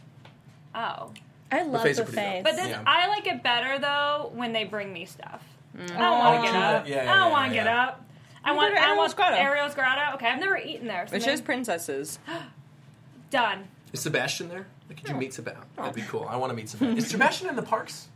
E: Oh,
D: I love
C: Buffets are
D: buffets.
C: pretty dope.
E: But then
C: Yeah.
E: I like it better though when they bring me stuff.
A: Mm.
E: I don't want to get
C: Oh, yeah.
E: up.
C: Yeah, yeah,
E: I don't
C: yeah,
E: want to
C: yeah.
E: get up. I
H: You go
E: want.
H: to
E: I
H: Ariel's
E: want
H: Grotto.
E: Ariel's Grotto. Okay, I've never eaten there. So
A: Which
E: maybe-
A: is princesses.
E: done.
C: Is Sebastian there? Like, could you meet Sebastian? That'd be cool. I want to meet Sebastian. Is Sebastian in the parks?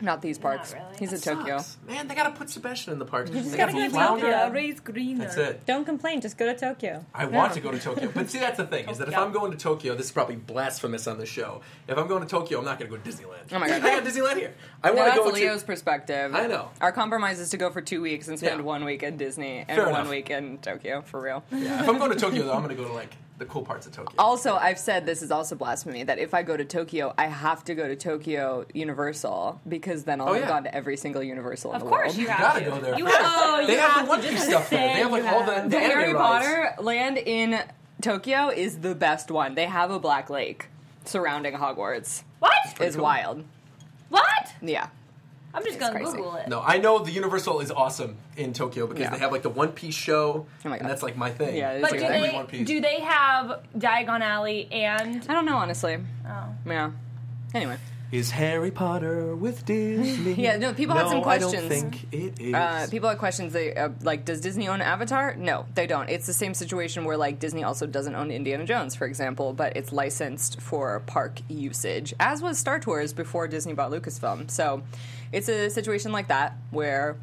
A: Not these parks.
E: really.
A: He's in Tokyo.
C: Sucks. Man, they gotta put Sebastian in the parks. They
H: Gotta
C: gotta
H: go to
C: flounder.
H: Tokyo, raise greener.
C: That's it.
D: Don't complain. Just go to Tokyo.
C: I want to go to Tokyo. But see, that's the thing is that if
E: Tokyo.
C: I'm going to Tokyo, this is probably blasphemous on the show. If I'm going to Tokyo, I'm not going to go to Disneyland.
A: Oh my God.
C: I got Disneyland here. I
A: No,
C: want to
A: that's
C: go
A: Leo's
C: to.
A: perspective.
C: I know.
A: Our compromise is to go for two weeks and spend
C: Yeah.
A: one week in Disney and
C: Fair
A: one
C: enough.
A: week in Tokyo, for real.
C: Yeah, if I'm going to Tokyo, though, I'm going to go to like the cool parts of Tokyo.
A: Also, I've said this is also blasphemy that if I go to Tokyo, I have to go to Tokyo Universal because then I'll
C: Oh,
A: have
C: yeah.
A: gone to every single Universal in
E: Of
A: the world.
E: course, you
C: you
E: have
C: gotta
E: to. Oh,
C: go there.
E: You
C: first.
E: have
C: they have the One Piece stuff there. They have like all the,
A: The
C: the anime
A: Harry
C: rides.
A: Potter land in Tokyo is the best one. They have a black lake surrounding Hogwarts.
E: What?
A: It's wild.
E: What?
A: Yeah.
E: I'm just gonna
A: crazy.
E: Google it.
C: No, I know the Universal is awesome in Tokyo because
A: Yeah.
C: they have like the One Piece show,
A: Oh my God.
C: and that's like my thing.
A: Yeah, it is
C: it's
E: But
C: like
E: do
A: Exactly.
C: only One
E: they
C: Piece.
E: do they have Diagon Alley and
A: I don't know, honestly.
E: oh.
A: Yeah. Anyway.
C: Is Harry Potter with Disney?
A: Yeah, no, people had some
C: I don't
A: questions.
C: think it is.
A: Uh, people have questions. They uh, like, does Disney own Avatar? No, they don't. It's the same situation where like Disney also doesn't own Indiana Jones, for example, but it's licensed for park usage, as was Star Tours before Disney bought Lucasfilm. So it's a situation like that where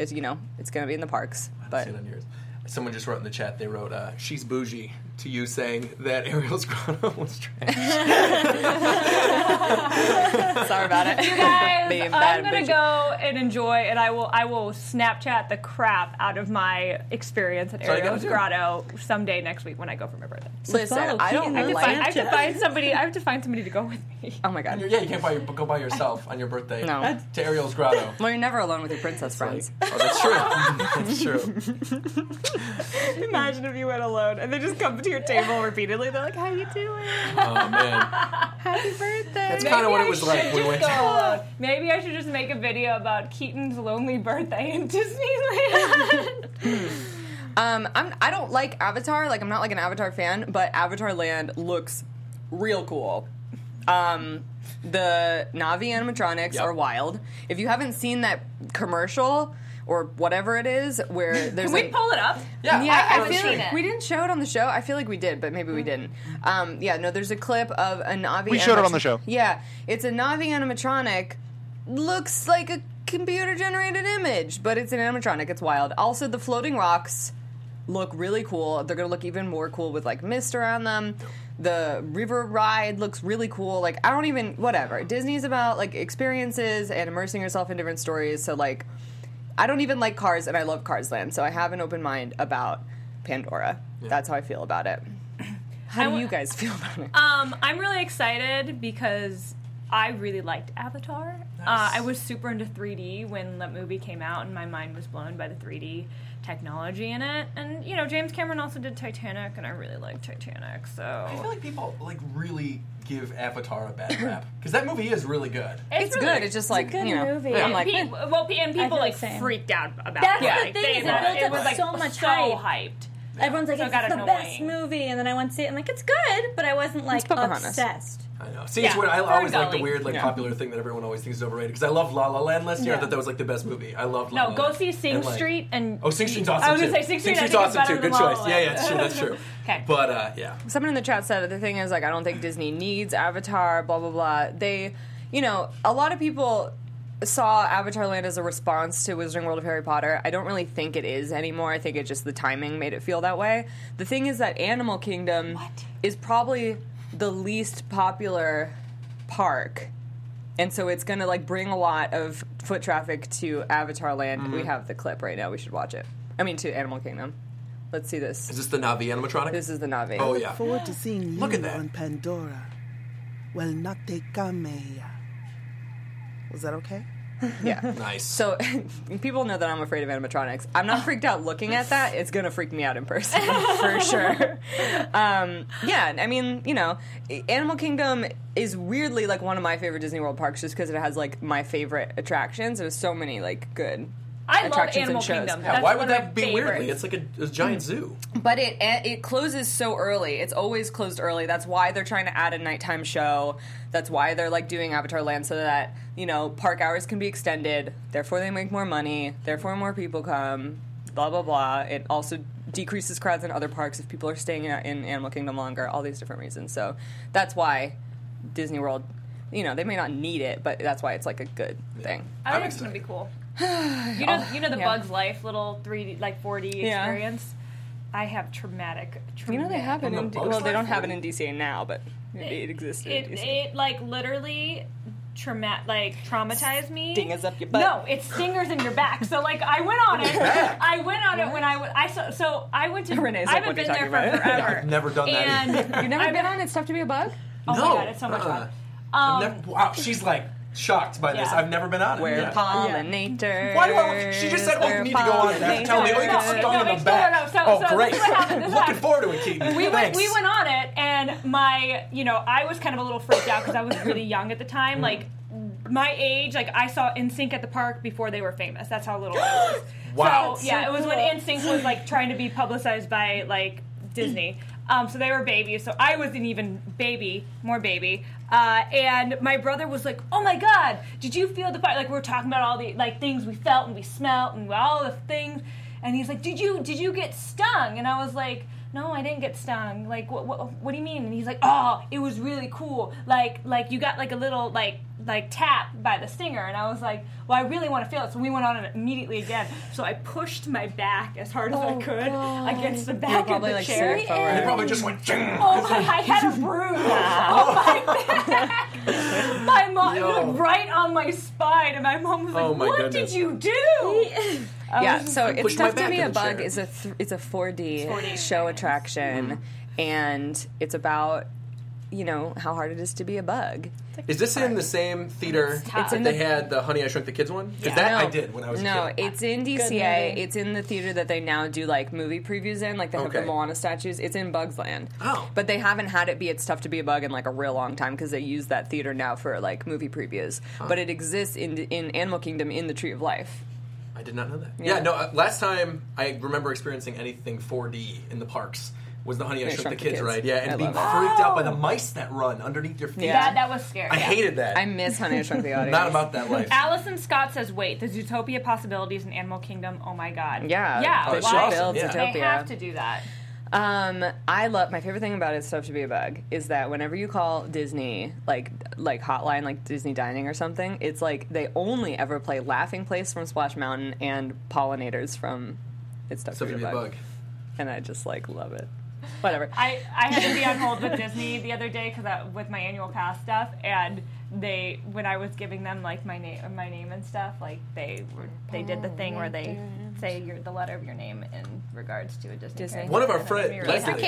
A: it's you know it's going to be in the parks,
C: I've
A: but
C: seen it on yours. Someone just wrote in the chat. They wrote, uh, "She's bougie." To you saying that Ariel's grotto was trash.
A: sorry about it. You
E: guys, I'm gonna go and enjoy, and I will I will Snapchat the crap out of my experience at
C: all you
E: Ariel's
C: gotta
E: Grotto someday next week when I go for my birthday.
A: Listen, I don't
E: I have, to
A: like.
E: find, I have to find somebody. I have to find somebody to go with me.
A: Oh my god.
C: yeah, you can't buy, go by yourself on your birthday
A: No. That's-
C: to Ariel's grotto.
A: Well, you're never alone with your princess friends.
C: oh, that's true. that's true.
H: Imagine if you went alone and they just come to your table repeatedly. They're like, "How you doing?
C: Oh man,
H: Happy birthday!"
C: that's kind of what
E: I
C: it was like.
E: should
C: when We went.
E: just go
D: uh,
E: alone. Maybe I should just make a video about Keaton's lonely birthday in Disneyland.
A: Um, I'm I don't like Avatar. Like I'm not like an Avatar fan, but Avatar Land looks real cool. Um, the Navi animatronics
C: Yep.
A: are wild. If you haven't seen that commercial or whatever it is, where there's
E: Can we
A: like-
E: pull it up?
C: Yeah,
A: yeah,
E: I
A: I,
E: haven't
A: feel
E: seen
A: like
E: it.
A: we didn't show it on the show. I feel like we did, but maybe we didn't. Um, yeah, no, there's a clip of a Navi.
F: Mm. We showed it
A: animatr-
F: on the show.
A: Yeah, it's a Navi animatronic. Looks like a computer generated image, but it's an animatronic. It's wild. Also, the floating rocks look really cool. They're gonna look even more cool with like mist around them. The river ride looks really cool. Like I don't even whatever. Disney's about like experiences and immersing yourself in different stories. So like I don't even like cars and I love Cars Land, so I have an open mind about Pandora. That's how I feel about it. How do
E: wa-
A: you guys feel about it?
E: Um, I'm really excited because I really liked Avatar. Uh, I was super into 3D when that movie came out, and my mind was blown by the 3D technology in it. And you know, James Cameron also did Titanic, and I really liked Titanic.
C: I
E: So
C: feel like people like really give Avatar a bad rap because that movie is really good.
A: it's
E: really-
A: good. It's just like
D: good
A: you know.
D: movie.
A: I'm like, eh.
E: Pe- well, pe- and people
D: feel
E: like
D: the same.
E: freaked out about
D: That's
E: it.
D: the
E: Like,
D: thing
E: they
D: is it
E: thought
D: built
E: it
D: up
E: was like
D: so much
E: so
D: hype.
E: hyped.
D: Everyone's like,
E: So
D: it's
E: got
D: the
E: annoying.
D: best movie, and then I went to see it. and like, it's good, but I wasn't like
A: Pocahontas.
D: obsessed.
C: I know. See,
E: Yeah,
C: it's weird. I
E: Fern
C: always like the
E: Gully.
C: weird, like
A: Yeah.
C: popular thing that everyone always thinks is overrated. Because I love La La Land last year. I
D: Yeah.
C: thought that was like the best movie. I love La La
E: No, go
C: Land.
E: see Sing
C: And, like-
E: Street and
C: Uh, Oh, Sing Street's awesome.
E: I was
C: too.
E: gonna say Sing Street. I
C: Street's
E: think
C: awesome
E: it's better
C: too.
E: than
C: Good
E: La La
C: choice. Yeah, yeah,
E: Land.
C: that's true. That's true.
E: 'Kay.
C: But uh, yeah,
A: someone in the chat said the thing is like I don't think Disney needs Avatar, blah blah blah. They, you know, a lot of people saw Avatar Land as a response to Wizarding World of Harry Potter. I don't really think it is anymore. I think it just the timing made it feel that way. The thing is that Animal Kingdom is probably the least popular park. And so it's going to like bring a lot of foot traffic to Avatar Land. We have the clip right now. We should watch it. I mean to Animal Kingdom. Let's see this.
C: is this the Navi animatronic?
A: This is the Navi.
C: oh yeah.
I: forward to seeing you
C: Look at that.
I: on Pandora. Well, Nocte Kamea. Was that okay?
A: Yeah.
C: Nice.
A: So people know that I'm afraid of animatronics. I'm not freaked out looking at that. It's gonna freak me out in person for sure. Um, yeah, I mean, you know, Animal Kingdom is weirdly like one of my favorite Disney World parks just because it has like my favorite attractions. There's so many like good
E: I love
A: attractions
E: Animal
A: and shows.
E: Kingdom.
C: Yeah,
E: That's
C: why
E: one
C: would
E: of
C: that
E: my
C: be weirdly?
E: favorites.
C: It's like a, a giant zoo.
A: But it eh, it closes so early. It's always closed early. That's why they're trying to add a nighttime show. That's why they're like doing Avatar Land so that you know park hours can be extended. Therefore, they make more money. Therefore, more people come. Blah blah blah. It also decreases crowds in other parks if people are staying in, in Animal Kingdom longer. All these different reasons. So that's why Disney World. You know they may not need it, but that's why it's like a good thing.
E: I
C: I'm
E: think it's gonna be
C: excited.
E: cool. You know,
C: Oh,
E: you know the
A: yeah.
E: Bugs Life little three D like four D
A: Yeah.
E: experience. I have traumatic. traumatic.
A: You know they have it
C: the
A: in D-
C: Bugs
A: well they don't
C: Life
A: have it in
C: movie?
A: DCA now, but it, it existed.
E: It,
A: in DCA.
E: it like literally trauma like traumatized me.
A: Stingers up your butt.
E: No, it's stingers in your back. So like I went on it. I went on it when I was I so, so I went to
A: Renee's
E: I
A: like,
E: haven't
A: "What are you
E: been there for
A: talking about?"
E: forever.
C: I've never done that
E: And
C: either.
A: You've never
E: I've
A: been on It's Tough to Be a Bug?
E: Oh
C: no,
E: my god, it's so much
C: uh-uh.
E: fun.
C: I've never- wow, she's like shocked by this.
E: Yeah.
C: I've never been on it.
A: Where
C: yeah.
A: pollinators.
C: Why won't she just said, "Oh, you need to go on it"?
A: They're
C: Now Tell me, oh, you got
E: No,
A: pollinators.
E: no,
C: stung
E: no,
C: in
E: no,
C: the back.
E: no, no. So-
C: oh,
E: so
C: great!
E: this is what happened. This
C: Looking
E: happened.
C: forward to it, Keaton.
E: we went,
C: Thanks.
E: we went on it, and my, you know, I was kind of a little freaked out because I was really young at the time. Like, my age, like, I saw NSYNC at the park before they were famous. That's how little I was.
C: Wow.
E: So, yeah, it was when NSYNC was, like, trying to be publicized by, like, Disney. Um, so they were babies. So I was an even baby, more baby. Uh, and my brother was like, "Oh my God, did you feel the fire?" Like we were talking about all the like things we felt and we smelt and all the things. And he's like, "Did you did you get stung?" And I was like, "No, I didn't get stung. Like what what, what do you mean?" And he's like, "Oh, it was really cool. Like like you got like a little like like tap by the stinger." And I was like, "Well, I really want to feel it." So we went on it immediately again. So I pushed my back as hard as
A: Oh,
E: I could against the
A: You're
E: back of
A: probably
E: the
A: like
E: chair.
A: suited
C: They
A: forward.
C: probably just went.
E: Oh my! I had a bruise on my back. My mom it
C: Yo.
E: was right on my spine, and my mom was like,
C: Oh my
E: "What
C: goodness.
E: did you do?" I
A: Yeah,
E: was-
A: so it's
C: pushed my
A: tough to
C: back
A: be
C: in
A: a
C: the
A: bug
C: chair.
A: is a th- it's a 4D,
E: 4D
A: show
E: experience.
A: attraction,
C: Mm-hmm.
A: and it's about you know how hard it is to be a bug.
C: Is this in the same theater
E: It's
C: that
A: in
C: they
A: the-
C: had the Honey I Shrunk the Kids one? Because
E: Yeah.
C: that I
A: No.
C: did when I was
A: no,
C: a kid.
A: it's in DCA. It's in the theater that they now do like movie previews in, like they have the
C: Okay.
A: Moana statues. It's in Bugs Land.
C: Oh.
A: but they haven't had it be it's tough to be a bug in like a real long time because they use that theater now for like movie previews. But it exists in in Animal Kingdom in the Tree of Life.
C: I did not know that. Yeah, no. Uh, last time I remember experiencing anything 4D in the parks was the Honey I Shrunk, the Kids, ride. Yeah, and
A: I
C: being freaked
A: love Oh.
C: out by the mice that run underneath your feet.
A: Yeah.
E: that, that was scary.
C: I hated that.
A: I miss Honey I Shrunk the Audience.
C: not about that life.
E: Allison Scott says, "Wait, the Zootopia possibilities in Animal Kingdom. Oh my god!
A: Yeah,
E: yeah.
A: they
C: that's
A: should
E: why-
C: Oh, awesome,
A: build
C: yeah.
A: Zootopia.
E: They have to do that.
A: Um, I love my favorite thing about it's tough to be a bug is that whenever you call Disney like like hotline like Disney dining or something, it's like they only ever play Laughing Place from Splash Mountain and Pollinators from It's Tough
C: Something
A: to Be a bug. and I just like love it. Whatever.
E: I, I had to be on hold with Disney the other day because with my annual pass stuff, and they when I was giving them like my name my name and stuff, like they were they did the thing
A: Oh,
E: where they say your the letter of your name in regards to a Disney.
A: Disney.
E: character.
C: One of our
E: And it made
C: friends,
E: me really
C: Leslie,
E: happy.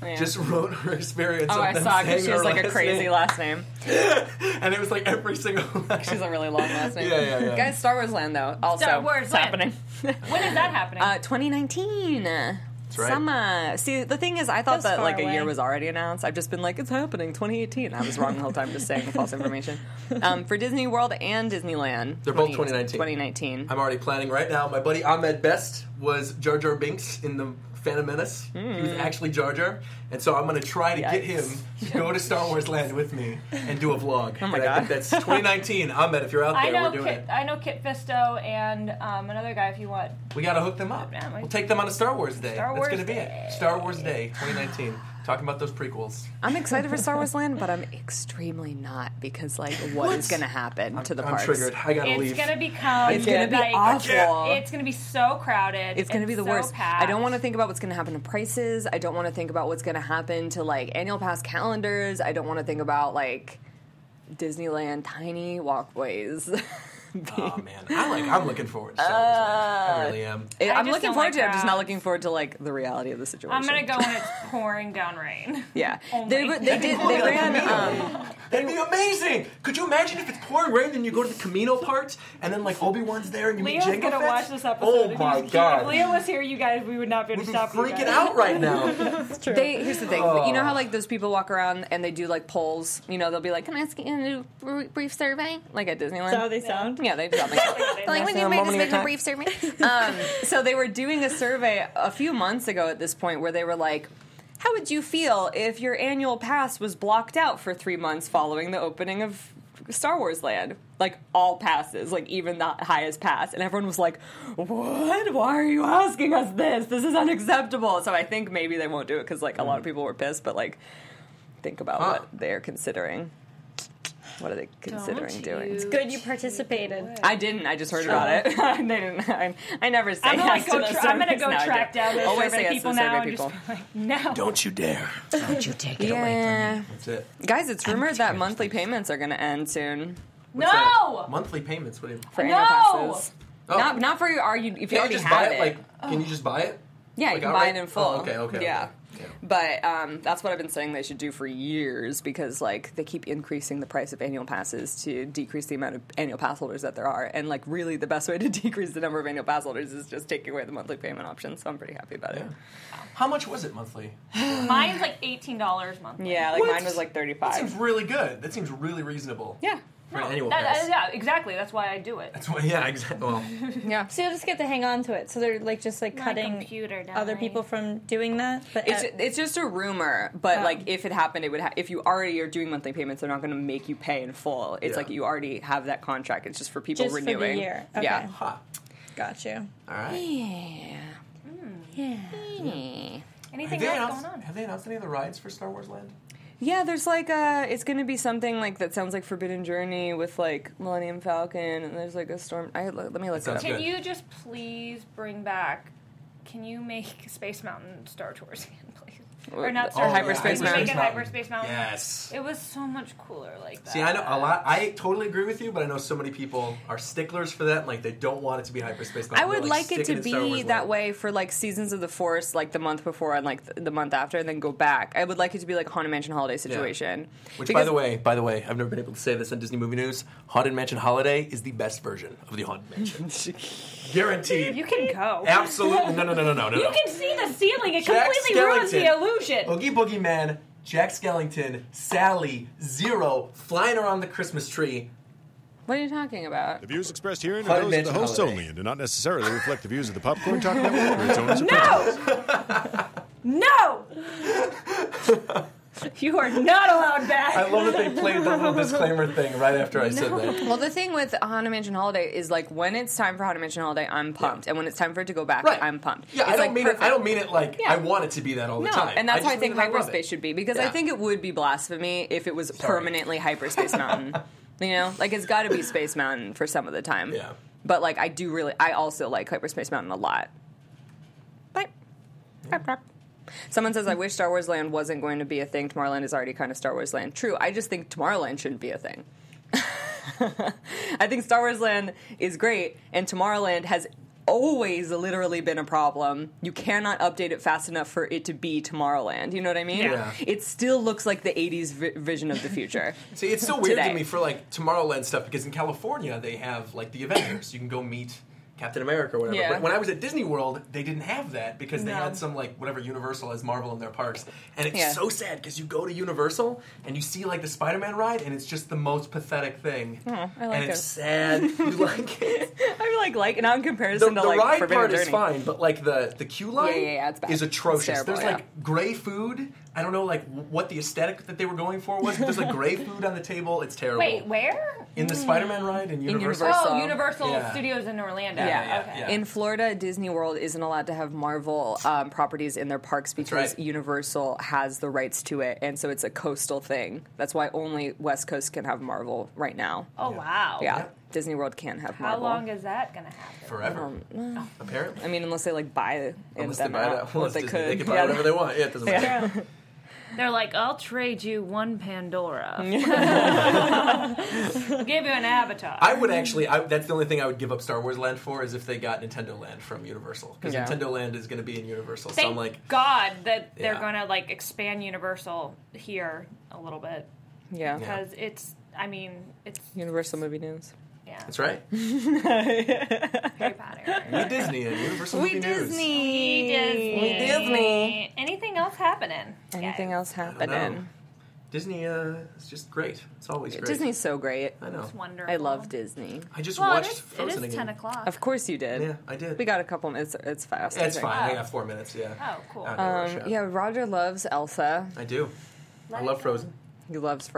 D: Kanga.
C: just wrote her experience.
A: oh,
C: of
A: I
C: them
A: saw
C: saying
A: because she
C: her
A: has like a
C: last
A: crazy
C: name.
A: last name.
C: and it was like every single.
A: She's a really long last name.
C: Yeah, yeah, yeah.
A: Guys, Star Wars Land though. Also,
E: Star Wars
A: it's
E: Land.
A: happening.
E: When is that happening?
A: Uh, 2019. That's
C: right.
A: Summer. See, the thing is, I thought
D: Feels
A: that
D: far
A: like a year
D: away.
A: was already announced. I've just been like, it's happening 2018. I was wrong the whole time, just saying false information. Um, for Disney World and Disneyland,
C: They're both 2019.
A: 2019.
C: I'm already planning right now. My buddy Ahmed Best was Jar Jar Binks in the Phantom Menace. He
A: Hmm.
C: was actually Jar Jar, and so I'm going to try to get him
A: Yikes.
C: to go to Star Wars Land with me and do a vlog. Oh
A: my
C: I
A: God.
C: think that's 2019. Ahmed, if you're out
E: I
C: there,
E: know
C: we're doing
E: Kit.
C: it.
E: I know Kit Fisto and um, another guy. If you want,
C: We got to hook them up.
E: Yeah, we-
C: We'll take them on a Star Wars day.
E: Star
C: that's
E: Wars
C: going to be
E: Day.
C: it. Star Wars Day 2019. Talking about those prequels.
A: I'm excited for Star Wars Land, but I'm extremely not because like what? is going to happen to the
C: I'm
A: parks?
C: triggered. I got to
E: it's
C: leave.
E: gonna become.
A: It's gonna be
E: like,
A: awful.
E: It's gonna be so crowded.
A: It's going to be the
E: so
A: worst.
E: Packed.
A: I don't want to think about what's going to happen to prices. I don't want to think about what's going to happen to like annual pass calendars. I don't want to think about like Disneyland tiny walkways.
C: Oh man, I like. I'm looking forward to Star Wars Land.
E: Uh,
C: I really am.
A: It-
E: I
A: I'm
E: just
A: looking
E: don't
A: forward
E: like
A: to it. I'm just not
E: crowds.
A: looking forward to like the reality of the situation.
E: I'm gonna go when it's pouring down rain.
A: Yeah,
E: Only.
A: they, they did. They ran. Um,
C: That'd be amazing. Could you imagine if it's pouring rain and you go to the Camino part and then like Obi Wan's there and you meet
E: Leo's
C: Jango
E: gonna
C: Fett?
E: watch this episode.
C: Oh
E: and he's-
C: my
E: If
C: god!
E: Leo was here, you guys, we would not be able
C: We'd
E: to
C: be
E: stop you
C: freaking
E: guys.
C: out right now.
A: They here's the thing. You know how
E: Oh.
A: like those people walk around and they do like polls. You know they'll be like, "Can I ask you to do a brief survey?" Like at Disneyland.
D: how they sound.
A: Yeah, they probably like when you made this make a brief survey. um, so they were doing a survey a few months ago at this point where they were like, "How would you feel if your annual pass was blocked out for three months following the opening of Star Wars Land?" Like all passes, like even the highest pass, and everyone was like, "What? Why are you asking us this? This is unacceptable." So I think maybe they won't do it because like a lot of people were pissed, but like think about
C: Huh.
A: what they're considering. What are they considering doing?
D: Good, you participated.
A: I didn't. I just heard about it. they didn't. I, I never say
E: I'm gonna
A: yes
E: go.
A: to those
E: Tra- I'm gonna
A: surveys.
E: go
A: No, I
E: track
A: do.
E: down those
A: Always
E: survey
A: say yes to
E: people
A: the survey
E: now.
A: people.
E: And just be like, no.
C: Don't you dare!
J: Don't you take it
A: Yeah,
C: That's it.
A: guys, it's rumored that monthly payments are going to end soon
C: What's that?
E: No!
C: Monthly payments. What do you?
A: for
E: No!
A: annual passes.
C: Oh.
A: Not not for your. Are you if you
C: Can I
A: already
C: just
A: have
C: buy it? Like, can you just buy it?
A: yeah,
C: like
A: you can buy
C: outright?
A: it in full.
C: Oh, okay, okay,
A: Yeah.
C: okay. Yeah.
A: But um, that's what I've been saying they should do for years because like they keep increasing the price of annual passes to decrease the amount of annual pass holders that there are, and like really the best way to decrease the number of annual pass holders is just taking away the monthly payment option. So I'm pretty happy about it.
C: Yeah. How much was it monthly?
E: Mine's like eighteen dollars monthly.
A: Yeah, like
C: What?
A: mine was like
C: That seems
A: 35.
C: really good. That seems really reasonable.
A: Yeah.
C: For an annual
E: That-
C: pass.
E: that- yeah, exactly. That's why I do it.
C: That's why. Yeah. Exactly. Well,
A: Yeah.
D: So you'll just get to hang on to it. So they're like just like
E: My
D: cutting
E: computer died.
D: other people from doing that. But
A: It's,
D: uh,
A: it's just a rumor, but
D: Oh.
A: like if it happened, it would. Ha- if you already are doing monthly payments, they're not going to make you pay in full. It's
C: Yeah.
A: like you already have that contract. It's just for people
D: Just for the
A: renewing.
D: year. Okay.
A: Yeah.
C: ha.
D: got you.
C: All right. Have
E: Anything
C: they,
E: else
C: announced,
E: going on?
C: have they announced any of the rides for Star Wars Land?
A: Yeah, there's like a. It's going to be something like that sounds like Forbidden Journey with like Millennium Falcon, and there's like a storm. I let me look
C: That
A: that
C: sounds
A: up.
E: Can
C: Good.
E: you just please bring back? Can you make Space Mountain Star Tours again, please? Or not Star
A: Oh,
E: Tours?
A: Hyperspace
E: Can we Make it Hyperspace Mountain.
C: Yes.
E: It was so much cooler like that.
C: See, I know a lot. I totally agree with you, but I know so many people are sticklers for that. and, Like, they don't want it to be hyperspace.
A: I
C: Mountain.
A: would
C: They're,
A: like it
C: stick
A: to
C: in Star
A: be
C: Wars
A: that
C: Land.
A: way for like seasons of the Force, like the month before and like the, the month after, and then go back. I would like it to be like Haunted Mansion Holiday situation.
C: Which, by
A: Because-
C: the way, by the way, I've never been able to say this on Disney Movie News. Haunted Mansion Holiday is the best version of the Haunted Mansion, guaranteed.
E: You can go.
C: Absolutely. No, no, no, no, no, no.
E: You can see the ceiling. It
C: Jack
E: completely ruins the
C: Skellington.
E: illusion.
C: Boogie Boogie Man, Jack Skellington, Sally, Zero, flying around the Christmas tree.
A: What are you talking about?
J: The views expressed herein are those
C: Haunted
J: of the
C: Mansion
J: hosts
C: Holiday.
J: only and do not necessarily reflect the views of the Popcorn Talk Network or its owners or patrons.
E: No, you are not allowed back.
C: I love that they played the little disclaimer thing right after I said that.
A: Well, the thing with Haunted Mansion Holiday is like when it's time for Haunted Mansion Holiday, I'm pumped, and when it's time for it to go back,
C: Right.
A: I'm pumped.
C: Yeah,
A: it's
C: I don't
A: like
C: mean
A: perfect.
C: it. I don't mean it like
A: Yeah.
C: I want it to be that all the
A: No,
C: time.
A: and that's why I
C: just
A: think
C: mean that love
A: hyperspace
C: it.
A: should be because I
C: Yeah.
A: think it would be blasphemy if it was permanently hyperspace mountain. you know, like it's got to be space mountain for some of the time.
C: Yeah.
A: But like, I do really, I also like hyperspace mountain a lot. But someone says, "I wish Star Wars Land wasn't going to be a thing. Tomorrowland is already kind of Star Wars Land." True. I just think Tomorrowland shouldn't be a thing. I think Star Wars Land is great, and Tomorrowland has always literally been a problem. You cannot update it fast enough for it to be Tomorrowland. You know what I mean?
C: Yeah.
A: It still looks like the 80s vi- vision of the future.
C: See, it's so weird
A: today.
C: to me for like Tomorrowland stuff because in California they have like the Avengers. You can go meet Captain America or whatever.
A: Yeah.
C: But when I was at Disney World, they didn't have that because they
E: No.
C: had some like whatever Universal has Marvel in their parks. And it's
A: Yeah.
C: so sad because you go to Universal and you see like the Spider Man ride and it's just the most pathetic thing.
A: Oh, I like
C: and it's
A: it.
C: sad. you like it.
A: I'm like, like, now in
C: The,
A: comparison
C: the
A: to like
C: ride
A: Forbidden
C: part
A: Journey.
C: is fine, but like the, the queue line
A: yeah, yeah, it's bad.
C: is atrocious.
A: It's terrible,
C: there's
A: yeah.
C: like gray food. I don't know like w- what the aesthetic that they were going for was, but there's like gray food on the table. It's terrible.
E: Wait, where?
C: In the Spider-Man ride in Universal.
A: Universal.
E: Oh, Universal
C: Yeah.
E: Studios in Orlando.
A: Yeah.
E: Oh, okay.
C: yeah.
A: In Florida, Disney World isn't allowed to have Marvel um, properties in their parks because
C: right.
A: Universal has the rights to it, and so it's a coastal thing. That's why only West Coast can have Marvel right now.
E: Oh wow.
A: Yeah, Disney World can't have
E: How
A: Marvel.
E: long is that gonna happen?
C: Forever. Apparently.
A: Oh, I mean, unless they like buy it
C: Unless
A: and
C: they buy
A: then
C: it
A: out.
C: out. Well,
A: Or
C: it's
A: they
C: Disney.
A: could.
C: They can buy
A: yeah.
C: whatever they want. Yeah, it doesn't matter.
E: They're like, I'll trade you one Pandora. Give you an avatar.
C: I would actually. I, that's the only thing I would give up Star Wars Land for is if they got Nintendo Land from Universal because
A: Yeah.
C: Nintendo Land is going to be in Universal. so
E: Thank
C: I'm like,
E: God that they're
C: Yeah.
E: gonna like expand Universal here a little bit.
A: Yeah. Yeah.
E: Because it's, I mean, it's
A: Universal movie news.
E: yeah.
C: That's right.
E: Harry Potter.
C: We Disney and Universal
A: We
C: Movie News.
A: Disney.
E: We Disney.
A: We Disney.
E: Anything else happening?
A: Anything else
C: I don't know.
A: happening?
C: Disney uh, is just great. It's always great.
A: Disney's so great.
C: I know.
E: It's wonderful.
A: I love Disney.
C: I just
E: Well,
C: watched
E: it is, it is
C: Frozen again.
E: ten o'clock.
A: Of course you did.
C: Yeah, I did.
A: We got a couple minutes. It's fast. I
C: It's
A: think.
C: fine. I got four minutes. Yeah.
E: Oh, cool.
C: Uh, I don't know where to
A: Um,
C: shop.
A: yeah, Roger loves Elsa.
C: I do. I
E: Let
C: love
E: it go.
C: Frozen.
A: He loves